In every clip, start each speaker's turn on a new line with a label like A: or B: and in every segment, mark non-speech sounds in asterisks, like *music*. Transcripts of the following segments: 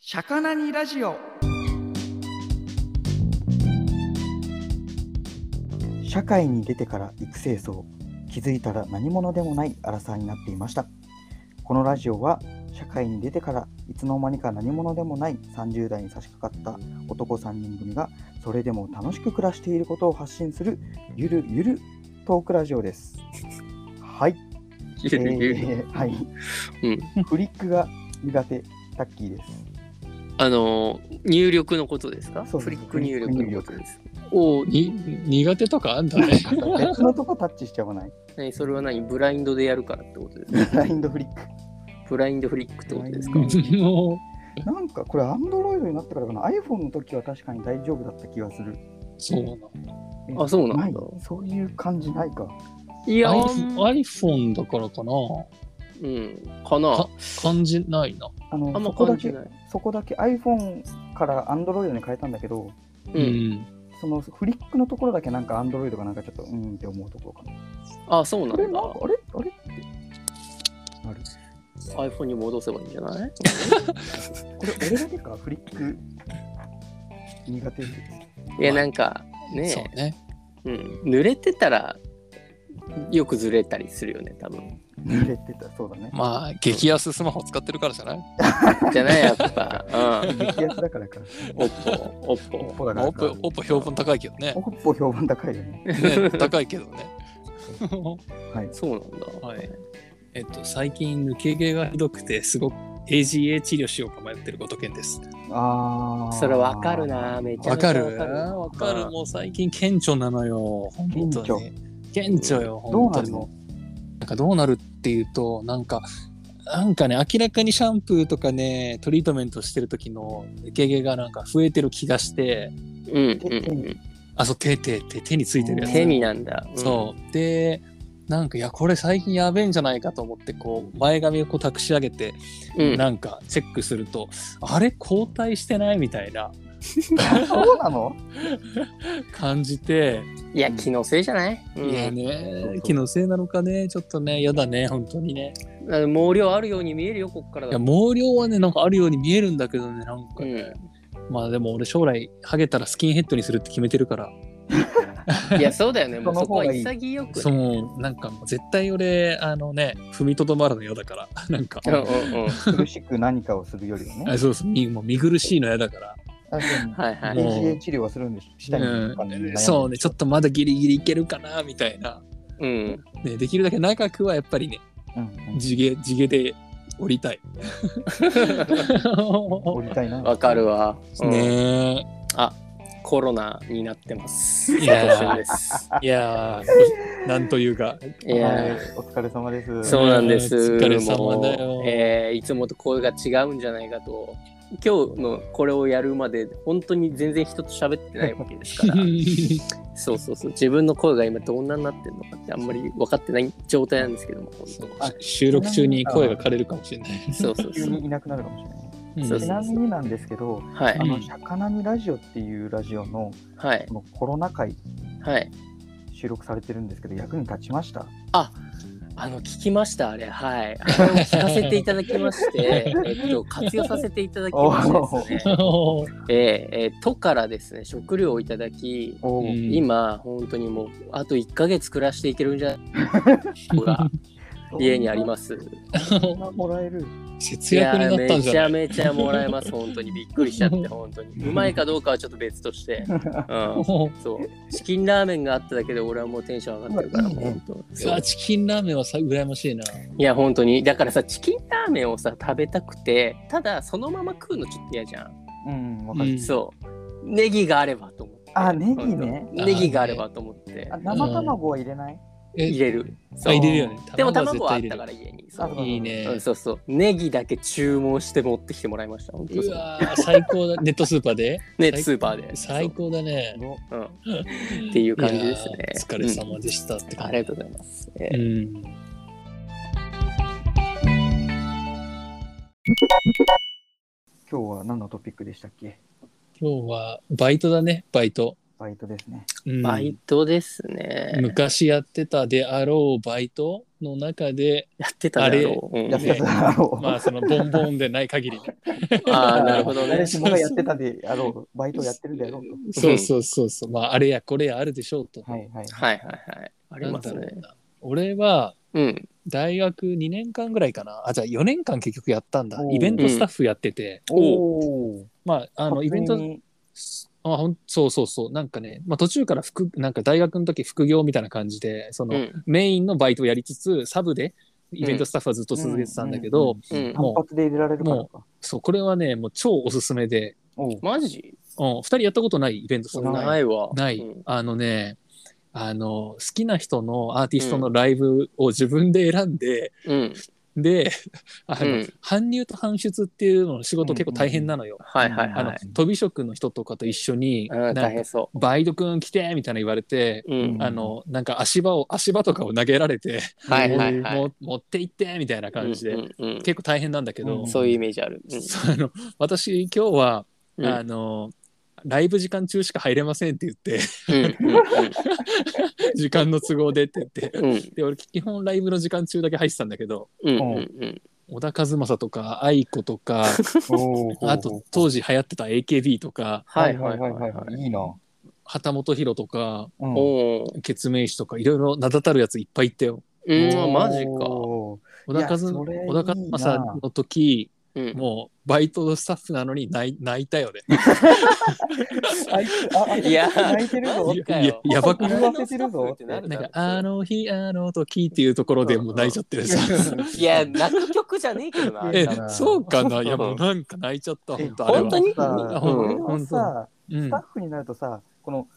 A: シャカナにラジオ。
B: 社会に出てから育成層気づいたら何者でもないアラサーになっていましたこのラジオは社会に出てからいつの間にか何者でもない30代に差し掛かった男3人組がそれでも楽しく暮らしていることを発信するゆるゆるトークラジオですはい、
C: ゆるゆる
B: えーはい、フリックが苦手タッキー
C: *laughs*
B: です
C: あの入力のことですか
B: そうです
C: フリック入力のことです
D: おお、に、苦手とかあんだね。
B: 別のとこタッチしちゃわない
C: 何それは何ブラインドでやるからってことですか
B: ブラインドフリック
C: ブラインドフリックってことですか
D: *laughs*
B: ブライン
D: も
B: なんかこれアンドロイドになってからかな iPhone の時は確かに大丈夫だった気がする
D: う、そうなんだ。
C: あそうな
B: なんい
C: だ
B: そういう感じないか
C: *laughs* いや
D: iPhone- iPhone だからかな。
C: うんかな
D: か感じないな。
B: あの
C: あんま
B: そこだ
C: 感じ
B: け
C: ない
B: そこだけ iPhone から Android に変えたんだけど
C: う
D: うんん。
B: そのフリックのところだけなんか Android がなんかちょっとうーんって思うところかな
C: あそうな
B: あれなん
C: ん
B: か
C: だ
B: あれあれってなる
C: iPhone に戻せばいいんじゃない
B: これ俺だけかフリック苦手です
C: いやなんか
D: そう
C: ね
D: ね。
C: うん濡れてたらよくずれたりするよね多分
B: 濡れてたそうだね
D: まあ、激安スマホ使ってるからじゃない
C: じゃないやっ
D: *laughs*
C: ぱうん
B: 激安だからか
C: オッポ
B: オ
C: オッ
B: ッ
C: ポ
B: ポだか
D: まあ、
B: ら
D: オッポ、オッポ評判高いけどね
B: オ。ッポ評判高いよね
D: ね高いけどね。
B: はい
C: そうなんだ
D: はい *laughs* えっと、最近抜け毛がひどくて、すごく AGA 治療しようか迷ってることけんです。
B: ああ
C: それわかるなめちゃ
D: わ
C: めちゃ
D: かる
C: わ
D: わ
C: か
D: か
C: る
D: る。もう最近顕著なのよ。本当に。顕著よ、
B: どう
D: 本
B: な
D: 当
B: る
D: に。
B: の
D: なんかどうなるっていうとなんかなんかね明らかにシャンプーとかねトリートメントしてる時の抜け毛がなんか増えてる気がして
C: うんうんうん
D: あそう手手手手についてるやつ
C: 手になんだ。うん
D: そうでなんかいやこれ最近やべえんじゃないかと思ってこう前髪をこう託し上げて、
C: うん。
D: なんかチェックするとあれ後退してないみたいな
B: そうなの
D: 感じて、
C: いや、気のせいじゃないうん
D: いや
B: そうそ
D: ね
B: う
D: 気のせいなのかねちょっとね嫌だね本当にね
C: あの毛量あるように見えるよ、こっから
D: い
C: だと。
D: や毛量はねなんかあるように見えるんだけどねなんか
C: う
D: ね、
C: ん
D: まあでも俺将来ハゲたらスキンヘッドにするって決めてるから
C: いや、そうだよね。も
B: *laughs*
C: う
B: その
C: そこ
B: 方
C: は
B: がいい
C: 潔く
D: そ
C: ね。
D: のなんかもう絶対俺あのね踏みとどまるの嫌だから *laughs* なんか
C: うんうんうん。
B: *laughs* 苦しく何かをするよりは
D: あ
B: ね。
D: そうそうみもう見苦しいの嫌だから、
B: あで
C: はいは
B: も
C: い。
D: もう
B: ACA 治療はするんでしたいんですかね
D: うん、そうねちょっとまだギリギリいけるかなみたいな、
C: うん。
D: ね、できるだけ長くはやっぱりね
B: うんうん
D: 地毛地毛で降りたい *laughs*
B: 降りたいな。
C: わかるわ。うん
D: ね
C: コロナになってます。
D: いやー
C: 今年です
D: えいやーなんというか
C: いや
B: は
C: ー
B: いお疲れ様です。
C: そうなんです。
D: お疲れ様だよ
C: もうえーいつもと声が違うんじゃないかと。今日のこれをやるまで本当に全然人と喋ってないわけですから
D: *laughs*
C: そうそうそう自分の声が今どんなになってるのかってあんまり分かってない状態なんですけども本当
D: 収録中に声が枯れるかもしれない
C: そうそう
B: 急
C: そう
B: にいなくなるかもしれない。
C: そう
B: ち
C: そう
B: なみになんですけど、
C: は
B: あ
C: い
B: の、シャカナにラジオっていうラジオの
C: はい
B: このコロナ禍
C: はい
B: 収録されてるんですけど、役に立ちました。
C: あの聞きましたあれはいあれを聞かせていただきまして
D: *laughs*
C: えっと活用させていただきましてですね
D: おー
C: えーえー都からですね食料をいただき
B: おお、
D: うん
C: 今本当にもうあと1ヶ月暮らしていけるんじゃほ
D: *laughs*
C: ら家にあります
B: そんなもらえる。
D: 節約になったん
C: め
D: じ
C: ち
D: ゃ
C: ゃ
D: ない
C: めちゃもらえます本当にびっくりしちゃって本当にうまいかどうかはちょっと別と
D: *laughs*
C: して、うん、
D: おー
C: そうチキンラーメンがあっただけで俺はもうテンション上がってるからもう本当
D: う
C: そう
D: わチキンラーメンはさ羨ましいな。
C: いや本当にだからさチキンラーメンをさ食べたくてただそのまま食うのちょっと嫌じゃん、
B: うん、わかる。
D: うん
C: そうネギがあればと思って
B: あ、ネギね。
C: 本当ネギがあればと思って
B: あ生卵は入れない
D: え
C: 入れる
D: あ
C: そう
D: 入れるよね。
C: でも
D: は
C: 卵はあっ
D: 絶
C: た
D: 対
C: か
D: 入
C: ら家にそ
B: あ
C: う
B: ら
D: れるいいね。
C: うん、そうそうネギだけ注文して持ってきてもらいました本当
D: う
C: そう
D: わー最高だ。ネットスーパーで
C: ね
D: 最
C: スーパーで
D: 最高だね。
C: そう、うん、っていう感じですね
D: いやーお疲れ様でしたって
C: あ
D: 感
C: りがとうございます、え
D: じ。
C: ー
D: うん。
B: 今日は何のトピックでしたっけ
D: 今日はバイトだね、バイト。
B: バイトですね。
D: うん
C: バイトですね。
D: 昔やってたであろうバイトの中で、
C: やってただろう。うん
B: や
D: れ
B: ってたであ
D: *laughs*
B: ろう。
D: まあそのボンボンでない限りね。 *laughs*
C: ああ、なるほどね
B: 誰。しもがやってたであろう。バイトをやってるであろうと。
D: そうそうそうそう。まああれやこれやあるでしょうと。
B: はいはい。
C: はいはいはい。あり
D: なん
C: ま
D: だ
C: す
D: ろう
C: ね。
D: な。俺は
C: うん。
D: 大学2年間ぐらいかな。あ、じゃあ4年間結局やったんだ
B: お。ー
D: イベントスタッフやってて。
B: おお。
D: まああのイベント
B: 勝手に
D: あほんそうそうそうなんかね、まあ、途中から副なんか大学の時副業みたいな感じでその、
C: うん
D: メインのバイトをやりつつサブでイベントスタッフはずっと続けてたんだけど、
B: うん
C: うん。
D: もう
B: 単発で入れられるからか。
D: そうこれはねもう超おすすめで、
B: おう
C: マジ
D: うん、2人やったことないイベントスタッフ
C: ないわ。
D: ない、
C: うん
D: あのねあの好きな人のアーティストのライブを自分で選んで、
C: うん。
D: で *laughs* あの、
C: うん
D: 搬入と搬出っていうのの仕事結構大変なのよ。
C: はいはいは
D: あ
C: い
D: の
C: はい。
D: 飛び職の人とかと一緒に、
C: うん、大
D: なんか
C: 変そ
D: バイトくん来てみたいな言われて、
C: う。うん。
D: あのなんか足場を足場とかを投げられて、
C: はいはいはい
D: もう持って行ってみたいな感じで、
C: うんうんうん
D: 結構大変なんだけど、
B: うん
C: そういうイメージある。うん
D: そうあの私今日は、
C: うん
D: あのライブ時間中しか入れませんって言って
C: うん
D: 時間の都合でって言って
C: うんうん
D: で俺基本ライブの時間中だけ入ってたんだけど
C: うんうんうん
D: 小田和正とか愛子とか
B: おう
D: あと当時流行ってた AKB とか
C: はいはいはいはい。
B: いいな。
D: 旗本博とか
B: うん
C: おー
D: ケツメイシとかいろいろ名だたるやついっぱい行ったよ。
C: うん、マジか。
B: お
D: 小
B: い
D: 田和
B: やそれいいな
D: 小田和正の時
C: うん
D: もうバイトスタッフなのに泣い泣いたよ
B: *laughs*
D: ね。
B: ーあいつ、あ、あいつ
C: いや
B: 泣いてるぞ
C: マ。ジか
D: いや
C: よ
D: やばく
B: ない
C: あのスタッフってなる
D: なん
C: だ
D: かあの日あの時っていうところでもう泣いちゃってる
B: *laughs*
D: さ。
C: いや、泣く曲じゃねえけどな。あれ
D: え
C: 多分
D: そうかないやもうなんか泣いちゃった本当あれは。
C: 本当に
B: さ
D: うん
B: 俺はさ、
D: うん
B: スタッフになるとさ、この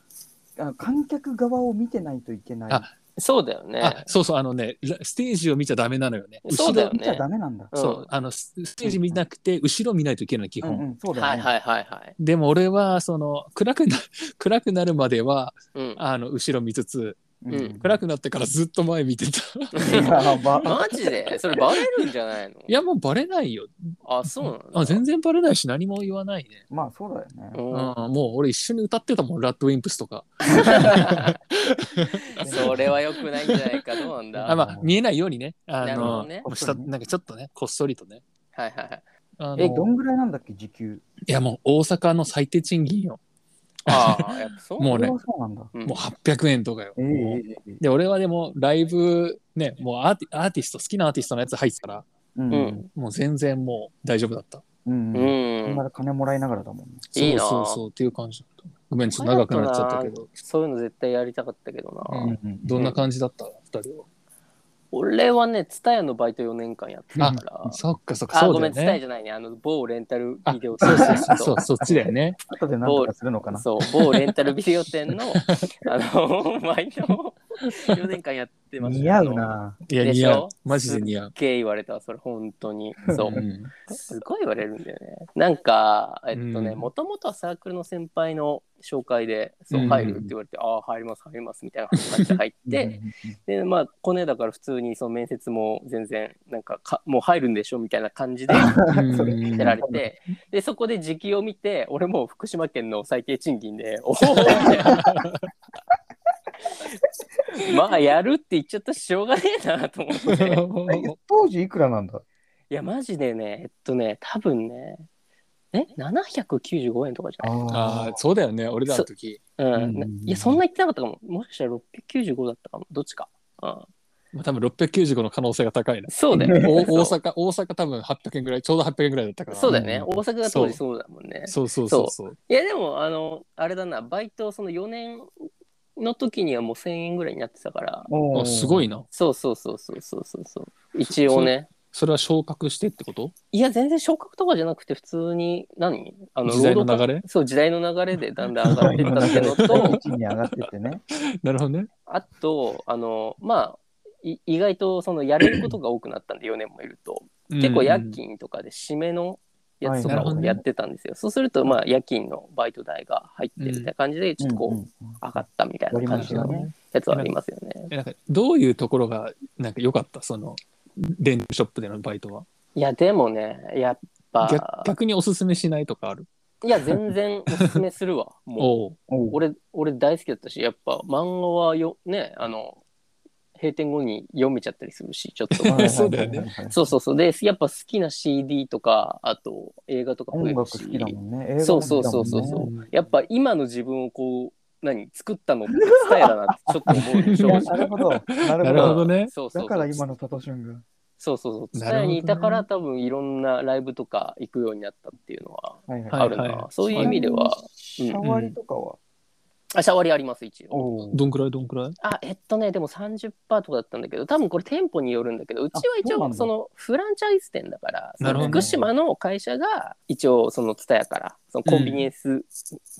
B: あの観客側を見てないといけない。
D: あ
C: そうだよね。
D: あそうそうあのねラステージを見ちゃダメなのよね。
C: そうだよ
B: 見ちゃ
C: ね
B: ダ。メなんだ。
D: 後ろそうあのスステージ見なくて後ろ見ないといけない基
B: う
D: 本。
B: んうん、そうだ
C: は
B: よ
C: い
B: ね。
C: はいはいはい。
D: でも俺はその暗くな *laughs* 暗くなるまでは
C: うん、
D: あの後ろ見つつ
C: うん
D: 暗くなってからずっと前見てた。
B: やば。
C: マジでそれバレるんじゃないの
D: いやもうバレないよ。
C: あ、そうなの
D: あ全然バレないし何も言わないね。
B: まあそうだよね。
D: うん、
C: う
D: もう俺一緒に歌ってたもん、ラッドウィンプスとか。
C: ん、それは良くないんじゃないか、どうなんだ
D: あまあ、見えないようにね。あ
C: なるほ
D: の、
C: どね
D: もう下なんかちょっとね、こっそりとね。
C: はいはいはい。
D: あの
B: え、どんぐらいなんだっけ、時給。
D: いやもう大阪の最低賃金よ。
C: ああ、やっぱそう
D: もう
B: そ
D: ね
B: れはそうなんだ。
C: うん
D: もう800円とかよ。
B: ええ
D: もう
B: ええええ
D: で、俺はでもライブ、ね、もうアーティアーティスト、好きなアーティストのやつ入ってたから、
B: うん
C: うん。
D: もう全然もう大丈夫だった。
B: うん。
C: う
B: うん。
C: ん。
B: まだ金もらいながらだもんね。
C: いいな
D: そうそうそうっていう感じだった。ごめん、ちょっと長くなっちゃったけど、
C: そういうの絶対やりたかったけどな。
D: うんどんな感じだった二人は。
C: 俺はね、ツタヤのバイト4年間やってたから。
D: そっかそっか、
C: あ、
D: そ
C: ご
D: う
C: め
D: だ
C: ん、ツタヤ
D: よね。
C: じゃないね。あの、某レンタル
D: あ
C: ビデオ
D: そうそ
C: *laughs*
D: うそうそう、そっちだよね。
B: 後で何とかするのかな。
C: そう、某レンタルビデオ店の、あの、バイトを4年間やってました。
B: 似合う。な。
D: いや、
C: で
D: 似
C: しょ
D: 合う。マジで似合う。
C: け言われたわそれ本当にそううん *laughs* すごい言われるんだよねなんかえっと
D: う
C: ね
D: ん
C: もともとはサークルの先輩の紹介でそううん入るって言われて、ああ入ります入りますみたいな感じで入って、 *laughs* でまあコネだから普通にその面接も全然なんかかもう入るんでしょみたいな感じで
D: うん
B: それ
C: 出られてでそこで時期を見て俺も福島県の最低賃金でおおみたいなまあやるって言っちゃったししょうがねえなと思って。
B: うんうんえ当時いくらなんだ
C: いや、マジでね、えっとね、多分ね、え、795円とかじゃない
D: ああ、そうだよね。俺らの時。
C: う
B: うんん
C: な。いや、そんな言ってなかったかも。もしかしたら695だったかも。どっちか。うん。
D: まあ、多分695の可能性が高い
C: *laughs*
D: な。
C: そうだよね。
D: お大
C: そう
D: 阪、大阪多分800円ぐらい、ちょうど800円ぐらいだったから。
C: そうだよね。
D: ん
C: 大阪が当時そうだもんね。
D: そうそうそうそう。
C: いや、でも、あの、あれだな、バイト、その4年の時にはもう1000円ぐらいになってたから。
B: おー
D: あすごいな。
C: そうそうそうそうそうそうそう。一応ね。
D: それは昇格してってこと
C: いや、全然昇格とかじゃなくて、普通に、何あの、
D: 時代の
C: 労働
D: 流れ
C: 環そう、時代の流れでだんだん上がっていったって
B: *laughs*
C: のと、
B: 一気に上がってってね。
D: なるほどね。
C: あと、あの、まあ、い意外とそのやれることが多くなったんで、4年も
D: *clears throat*
C: いると。結構夜
D: うん
C: 勤とかで締めのやつとか
D: はいなるほど
C: を
D: ね
C: やってたんですよ。そうすると、まあ、夜勤のバイト代が入ってるみたいな感じで、ちょっとこう、
B: うんうん
C: 上がったみたいな感じ
D: な
C: の
D: るほど
C: ね
D: ね
C: やつはありますよね。
D: えなんかどういうところがなんか良かったそのレンタルショップでのバイトは。
C: いや、でもね、やっ
D: 逆
C: ぱ、
D: 逆におすすめしないとかある。
C: いや、全然おすすめする
D: *laughs*
C: わ。もう
D: おう
B: おう
C: 俺、俺大好きだったし、やっぱ漫画はよ、ね、あの、閉店後に読めちゃったりするし、ちょっ
D: *laughs*
C: と。
B: はいはいはいはい
D: そうだよね
C: そうそうそう。で、やっぱ好きな CD とか、あと映画とか増
B: 音
C: える
B: 楽好
C: し
B: きだもんね。映画も好きだもんね
C: そうそうそうそうそううんやっぱ今の自分をこう、何、作ったのって伝えだなってちょっと思う
B: い
C: 正
B: や
C: 直
B: なるほど。な
D: *laughs* なるほどね
C: そうそ
B: だ
C: うそう
B: から今のサトシュンが。
C: そうそうそう。
D: なるほどね
C: 伝えにいたから、多分いろんなライブとか行くようになったっていうのは
B: はいはい。
C: あるな。
D: はいはい
C: そういう意味では、
B: シャワリとかは。
C: あシャワリあります、一応。
B: おう
D: どんくらいどんくらい
C: あ、えっとね、でも30%とかだったんだけど、多分これ店舗によるんだけど、うちは一
B: そうなん
C: 応
B: だ
C: そのフランチャイズ店だから、
D: なるほどね
C: 福島の会社が一応そのツタヤから、そのコンビニエンス、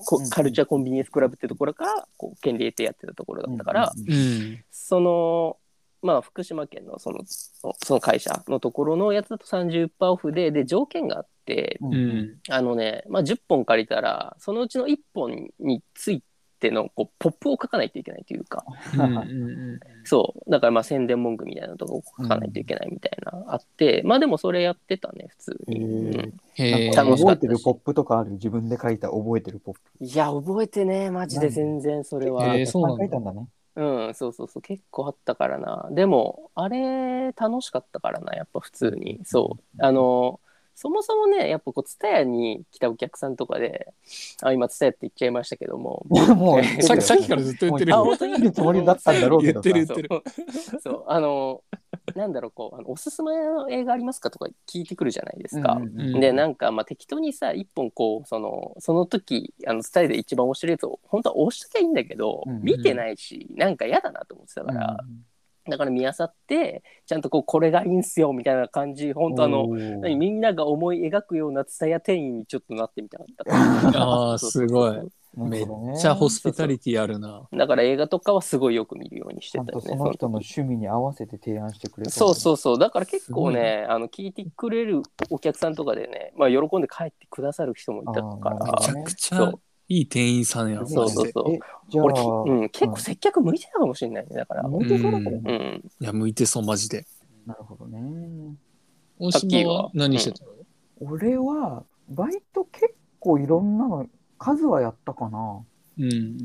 C: こ
B: うん
C: カルチャーコンビニエンスクラブってところから、こう、権利得てやってたところだったから、
B: うんうん
D: うん
C: そのまあ福島県のそのそその会社のところのやつだと30%オフでで条件があって
B: う
D: うんん
C: あのね、まあ、10本借りたらそのうちの1本についてのこうポップを書かないといけないというか
D: うんうん
C: そうだからまあ宣伝文句みたいなとこ書かないといけないみたいな、あってまあでもそれやってたね普通に、
B: へー
D: へえ
B: なんか
C: 楽し
B: 覚え
C: かったして
B: るポップとかある自分で書いた覚えてるポップ。
C: うんいや覚えてねマジで全然それは、
D: へーそうなんだ
B: たくさ書いたんだね。
C: うんそうそうそう結構あったからなでもあれ楽しかったからなやっぱ普通にそうあのそもそもねやっぱこう蔦屋に来たお客さんとかであ今蔦屋って言っ *laughs* ちゃいましたけ
B: *laughs*
C: ども
B: もう
C: えー
D: さっきさっきからずっと言ってる
C: あ
D: よ
C: 本当に
B: 言うつもりだったんだろうけ
D: 言
B: ど
D: っ
B: さ
D: て。る言っ
C: そ
D: てる
C: うそうあのなんだろうこうあのおすすめの映画ありますかとか聞いてくるじゃないですか、
B: うんうんうん
D: うん
C: でなんかまあ適当にさ一本こうそのその時あの伝えで一番面白いやつを本当は押しときゃいいんだけど、
B: うんうん
C: 見てないしなんか嫌だなと思ってたから、だから見漁ってちゃんとこうこれがいいんすよみたいな感じ
B: う
C: 本
B: ん
C: 当あの
B: おー
C: 何みんなが思い描くような蔦屋店員にちょっとなってみたかった
B: *laughs*
D: あ
C: *laughs*
D: ー
C: そうそうそうそう
D: すご
B: な
D: め
B: る
D: っ
B: ほどね
D: ちゃホスピタリティあるな
C: だから映画とかはすごいよく見るようにし
B: ち
C: て
B: ゃん
C: たよ
B: と
C: ね
B: その人の趣味に合わせて提案してくれ
C: そう
B: う。
C: そうそうだから結構
D: すごい
C: ねあの聞いてくれるお客さんとかでね、まあ、喜んで帰ってくださる人もいたか
B: あーなるほど
C: ら
D: めちゃ
B: ね
D: く
C: そ
D: ちゃ
C: う
D: いい店員さんやん
C: そうそう
D: マジで
C: そう
B: えじゃあ
C: 俺、きうん、結構接客向いてたかもしれないねだから、
B: 本当そうだったね
C: う。ん、
D: いや向いてそうマジで
B: なるほどね。
D: 大
C: さっきは
D: 島は何してたの
B: 俺はバイト結構いろんなの数はやったかな
D: うん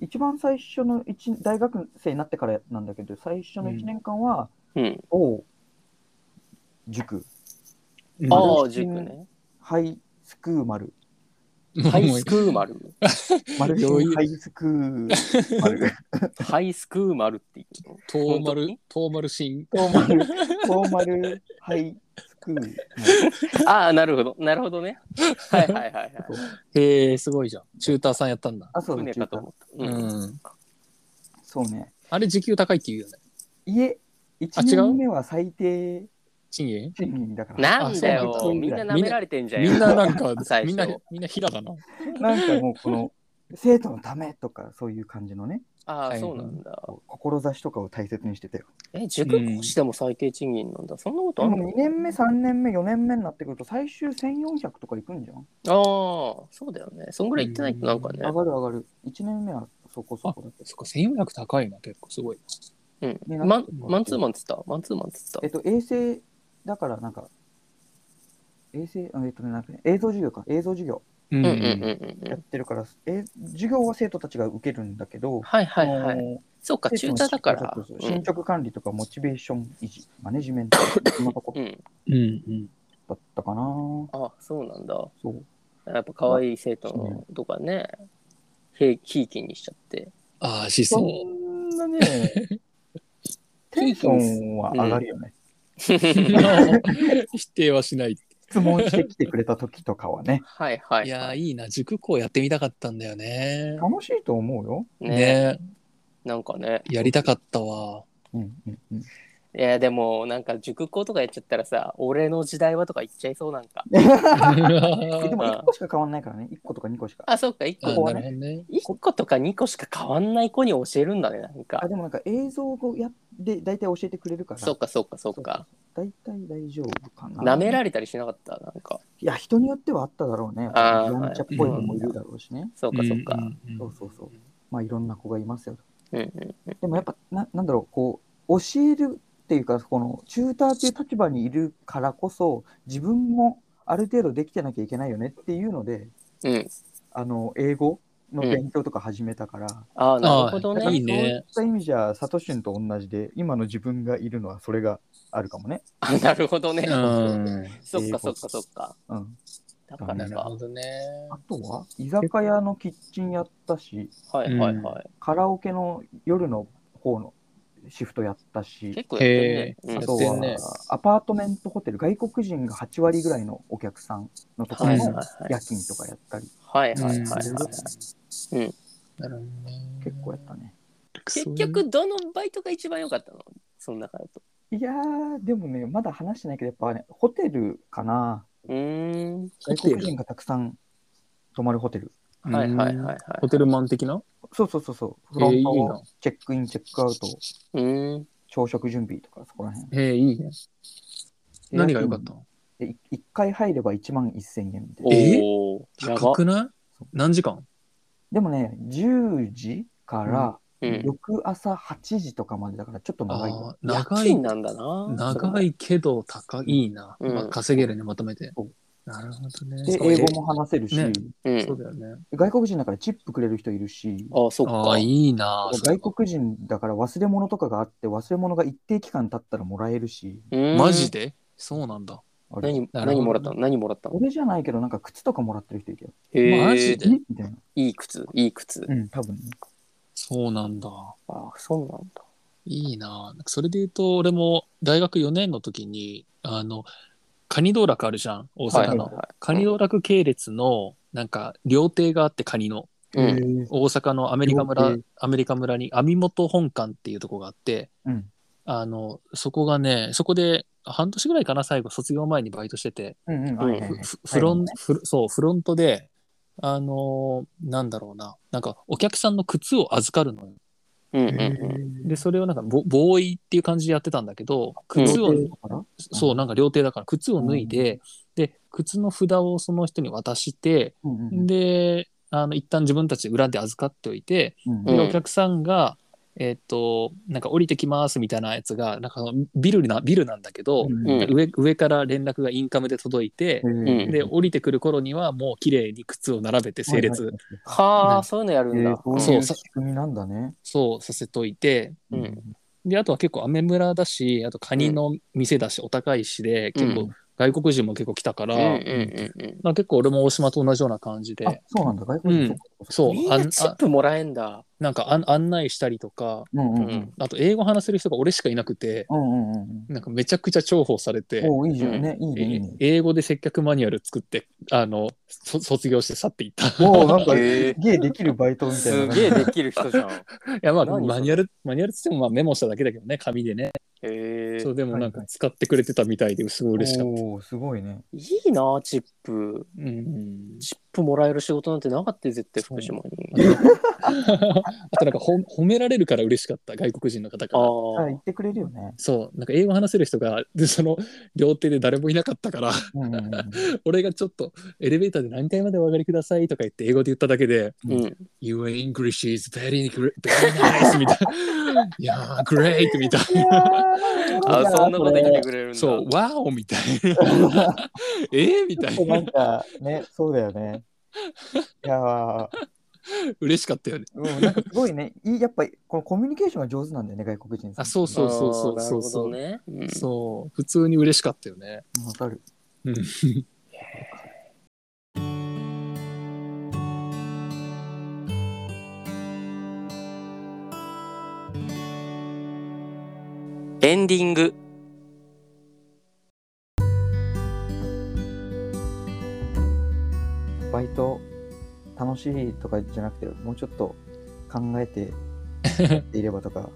B: 一番最初の一大学生になってからなんだけど最初の1年間は
C: うん、
B: 某塾、
D: うん
C: ああ塾ね
B: ハイスクーマル
C: ハイスクーマル
B: マルシ
D: どうい
B: ン
D: う
B: ハイスクーマル
C: ハイスクーマルっていうの
D: トーマ
C: 本当
D: ル
C: に、
D: トーマルシン。
B: フォーマルフォーマルハイスクーマル
C: *laughs* ああ、なるほど、なるほどね。はいはいはいはい。
D: へえ、すごいじゃん。チューターさんやったんだ。
B: あそう
C: 船
B: 中
C: かと
B: 華
C: 思った。
D: う
C: うん
D: ん。
B: そうね
D: あれ、時給高いって言うよね。
B: いえ1
D: 違う
B: 年目は最低
D: 賃金
B: 賃金だから
C: なんだ
D: あ
C: よ
B: そ、うなんだ
C: みんな舐められてんじゃん
D: み
C: よ。、
D: んななんか
C: *laughs* 最初
D: みんな、みんな平だな。
B: なんかもうこの生徒のためとかそういう感じのね
C: あ
D: は
C: あ、
D: い
C: そうなんだ。
B: こう志とかを大切にしてたよ。
C: え、塾講師でも最低賃金なんだ。そんなこと
B: で
C: ある
B: も2年目、3年目、4年目になってくると最終1400とかいくんじゃん
C: ああ、そうだよね。そんぐらい行ってないとなんかね
B: 上。がる上がる。1年目はそこそこだったし
D: そっか、1400高いな、結構すごいな。
C: うん。
B: ね
C: マンマンツーマンっつったマンツーマンっつった
B: えっと、衛星だからなんか、衛星、あえっとね、なんかね映像授業か、映像授業
D: う
C: うんんうんうんうんう
B: やっ
C: ん。
B: てるから、え授業は生徒たちが受けるんだけど、
C: はいはいはい。
B: い。
C: そうか、中途だから。
B: そうそう
C: う
B: そう進
C: ん
B: 捗管理とかモチベーション維持、マネジメント、そんなとこ
C: うん。
D: うんうん。
B: だったかな。
C: あそうなんだ。
B: そう。
C: やっぱ可愛い生徒のとかね、ひいきにしちゃって。、
D: ああ、し
B: そ
D: そ
B: んなね、 *laughs* テンションは上がるよね。
D: う。否定はしない。
B: 質問してきてくれた時とかはね
C: はいはいい
D: や
C: は
D: ー、
C: い。
D: *laughs* いいな。塾校やってみたかったんだよね。
B: 楽しいと思うよ。
C: ね
D: ね
C: なんかね。
D: やりたかっ
C: *laughs*
D: たわ。
B: うんうんうん、
C: いやでもなんか塾校とかやっちゃったらさ俺の時代はとか言っちゃいそうなんか
B: えでも
C: あ
B: 1個しか変わんないからね、1個とか2個しか。
C: あそうか1
D: あなる
B: こ
C: 個
D: ほ
B: は
D: ど
B: ね
D: ね。
C: 1個とか2個しか変わんない子に教えるんだねなんか
B: あでもなんか映像をやって大体教えてくれるから、
C: そうかそうかそうか
B: 大体大丈夫かな。
C: なめられたりしなかったなんか
B: いや、人によってはあっただろうね。
C: あ
B: や
C: ー
B: んちゃっぽい子もいるだろうしね。
C: そうかそうか
D: んん
B: そうそうそう。まあいろんな子がいますよ。
C: うんうん
B: でもやっぱな、なんだろう、こう、教えるっていうか、この、チューターっていう立場にいるからこそ、自分もある程度できてなきゃいけないよねっていうので、
C: うん。
B: あの英語の勉強とか始めたから、
C: ああ、なるほど
D: あーい
C: ね
D: い。
B: そうい
D: ね
B: った意味じゃサトシンと同じで今の自分がいるのはそれがあるかもね。
C: あなるほどね。
D: うん。
C: そっかそっかそっか。
B: うん、
C: だから
D: なる
C: か。
D: ほどね。
B: あとは居酒屋のキッチンやったし
C: はいはいはい。
B: カラオケの夜の方のシフトやったし
C: 結構やってるね。
D: へー
B: あ
C: うん
B: と
D: やってんね
B: はアパートメントホテル外国人が8割ぐらいのお客さんのとこ
C: は
B: ろ
C: い
D: うん
C: はい
B: の
C: はい。
B: 夜勤とかやったり
C: はいはいはいはい。
D: なるほどね。
B: 結構やったね。
C: 結局、どのバイトが一番良かったのその中だと。
B: いやーでもねまだ話してないけどやっぱねホテルかな
C: うーん。
B: 外国人がたくさん泊まるホテル。
D: そういう、
C: はいはいはい
D: うん
C: はい。
D: ホテルマン的な
B: そうそうそうそう。
D: え
B: フロ
D: ー、い
B: ン
D: い
B: ト
D: な
B: を。チェックイン、チェックアウト、
C: うーん。
B: 朝食準備とかそこら辺。
D: えー、いいね。何が良かったの
B: でい一回入れば1万1000円みたいな。
D: え
C: おお。やば
D: 高。くない何時間
B: でもね、10時から
C: うん。
B: 翌朝8時とかまでだからちょっと長いよ。
D: あー
C: 夜
D: 長い
C: 勤なんだな。
D: 長いけど高いいいな、
C: うん
D: まあ、稼げるねまとめて
B: そう
D: なるほどね
B: で、英語も話せるし、
D: ね
C: うん。
D: そうだよね
B: 外国人だからチップくれる人いるし、
C: ああ、そっ
D: ああ
C: か。
D: いいな
B: 外国人だから忘れ物とかがあって、忘れ物が一定期間経ったらもらえるし、
C: うーん
D: マジでそうなんだ
B: あれ
C: 何
D: なるほど
C: 何もらったの何もらったの
B: 俺じゃないけど、なんか靴とかもらってる人いるよ。
C: へー
D: マジで
B: みたいな。
C: いい靴、いい靴。
B: うん、多分ね。
D: そうなんだ
C: ああ、そうなんだ。
D: いいなそれで言うと俺も大学4年の時にあのカニ道楽あるじゃん大
C: はい
D: 阪の、
C: はいはい
D: カニ道楽系列のなんか料亭があってカニの
C: うん
B: へー
D: 大阪のアメリカ
B: 料
D: 村
B: 亭
D: アメリカ村に網元本館っていうとこがあって、
B: うん。
D: あの、そこがね、そこで半年ぐらいかな、最後、卒業前にバイトしてて、
B: うんうん。
C: うん
B: はいはいはい
D: フフロ
B: はい
D: ン、フそう、フロントで、あのーなんだろうな、なんかお客さんの靴を預かるのよ。
C: うんう
B: へ
C: んうん。
B: ー
D: で、それをなんかボ、ボーイっていう感じでやってたんだけど、靴
B: 料
D: を、
B: 亭だから
D: そう、なんか料亭だから、靴を脱いで、で、靴の札をその人に渡して、
B: うんうんうん
D: で、あの、一旦自分たちで裏で預かっておいて、
B: うん
D: で
C: うん
D: お客さんが、えっとなんか降りてきますみたいなやつがなんかそのビルなビルなんだけ
C: う
D: ど、
C: ん
D: 上上から連絡がインカムで届いて、
C: ん
D: で降りてくる頃にはもう綺麗に靴を並べて整列、
C: は
D: な
C: あ、
D: ん
C: そういうのやる
B: え
C: んだ
B: ー。そう
D: そ
B: いうう仕組みなんだね。
D: そうさせといて
C: うん
D: であとは結構雨村だしあとカニの店だし、お高いしで結
C: う
D: 構
C: ん
D: 外国人も結構来たから、
C: うんうんうんうん。
D: まあ、結構俺も大島と同じような感じ
B: あ
D: で、
B: そうなんだ。外国
D: うん
B: 人。
D: そう
C: みん
D: あ
C: なんチッ
D: あ
C: プもらえんだ。
D: なんかあん案内したりとか
B: うんうんうん
C: うん
D: あと英語話せる人が俺しかいなくて
B: うんうんうん
D: なんかめちゃくちゃ重宝されて
B: うん。。おーいいじゃんね。いいね。いいね。
D: 英語で接客マニュアル作ってあのそ卒業して去っていった。
B: おおなんか
C: へー
B: すげえできるバイトみた
C: す
B: いな。
C: げえできる人じゃん。へ
D: *laughs* いやまあ
C: 何それ
D: マニュアルマニュアルっつってもまあメモしただけだけどね紙でね
C: え
D: そうでもなん
B: はい
D: か
B: はい
D: 使ってくれてたみたいですごい嬉しかった、
B: おおすごいね。
C: いいな、チップ。
D: うん *laughs*
C: チップもらえる仕事なんてなかったよ、絶対福島に。
D: あとなんかほ褒められるから嬉しかった外国人の方か
C: あ
D: ら
B: あ
C: あ
B: 言ってくれるよね。
D: そうなんか英語話せる人がでその両手で誰もいなかったから *laughs*
B: うんうんうん
D: 俺がちょっとエレベーターで何階までお上がりくださいとか言って英語で言っただけで
C: うん
D: Your English is very, very nice みたいな *laughs* いやー great みたいな。
C: あそんなこと言ってくれるんだ。
D: そう、ワオみたい
B: *laughs*
D: な。えー、みたい
B: な
D: な。
B: んかね *laughs* そうだよね。いやー
D: 嬉しかったよね。
B: うんなんかすごいね。いいやっぱりこのコミュニケーションが上手なんだよね外国人さん。
D: あ、そうそうそうそう
C: あー
D: そうそう、
C: なるほどね。うん
D: そう、普通に嬉しかったよね。
B: わかる。
D: うん
C: エンディング。
B: バイト楽しいとかじゃなくてもうちょっと考え
C: *laughs*
B: てやっていればとか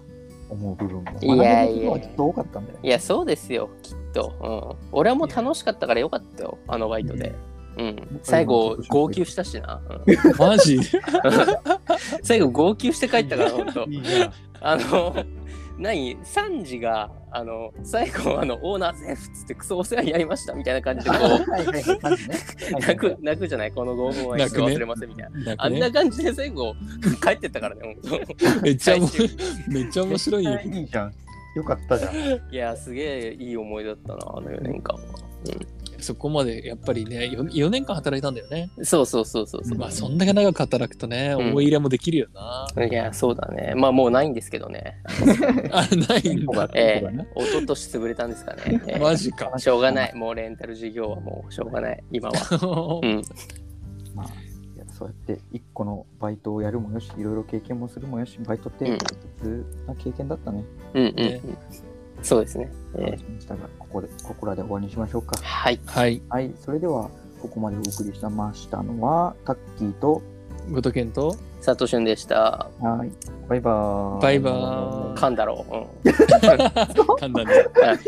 B: 思う部分も
C: いやい
B: 学ぶこと
C: や
B: はきっと多かったんだよ
C: いや、そうですよ、きっと。うん、俺はもう楽しかったからよかったよ、あのバイトで。うん、最後、号泣したしな。うん *laughs*
D: マジで
C: 最後、号泣して帰ったから、本当
B: いいな
C: あの、 *laughs* 何、サンジが、あの、最後、あの、オーナーセーフっつって、クソお世話になりましたみたいな感じで、こう、
B: はいはいはい感じねはいはい
C: 泣
B: はい
C: く、泣くじゃない、この合文は一生忘れませんみたいな。あ
D: なんか
C: ん
D: ね
C: な感じで最後、帰ってったからね、本
D: めっちゃ面
C: 最
D: 白い。 *laughs* めっちゃ面白いよ。
B: いいじゃんよかったじゃん
C: 当。いや、すげえいい思い出だったな、あの4年間は。
D: そこまでやっぱりね 4, 4年間働いたんだよね、
C: そうそうそうそうそうう。
D: まあそんだけ長く働くとね
C: うん
D: 思い入れもできるよな、
C: いや、そうだね。まあもうないんですけどね。
D: あ *laughs* ないん
B: そうだ
D: だ
B: ね、
C: ええ一昨年潰れたんですか
B: *laughs*
C: ね。ええ
D: マジか
C: しょうがない。もうレンタル事業はもうしょうがない。今は。うん。
B: まあ、いやそうやって一個のバイトをやるもよし、いろいろ経験もするもよし、バイトって
C: うん
B: 普通な経験だ *laughs* ったね。
C: うんうん
D: ね
C: うん。そうですね。え
B: 話
C: え
B: でしたが、ここで、ここらで終わりにしましょうか。
C: はい。
D: *laughs* はい
B: はい、それでは、ここまでお送りしましたのは、タッキーと、
D: ごとけんと
C: 佐藤俊でした。
B: はい、バイバーイ。
D: バイバーイ
C: 噛んだろう。うん
D: 簡単で
C: はい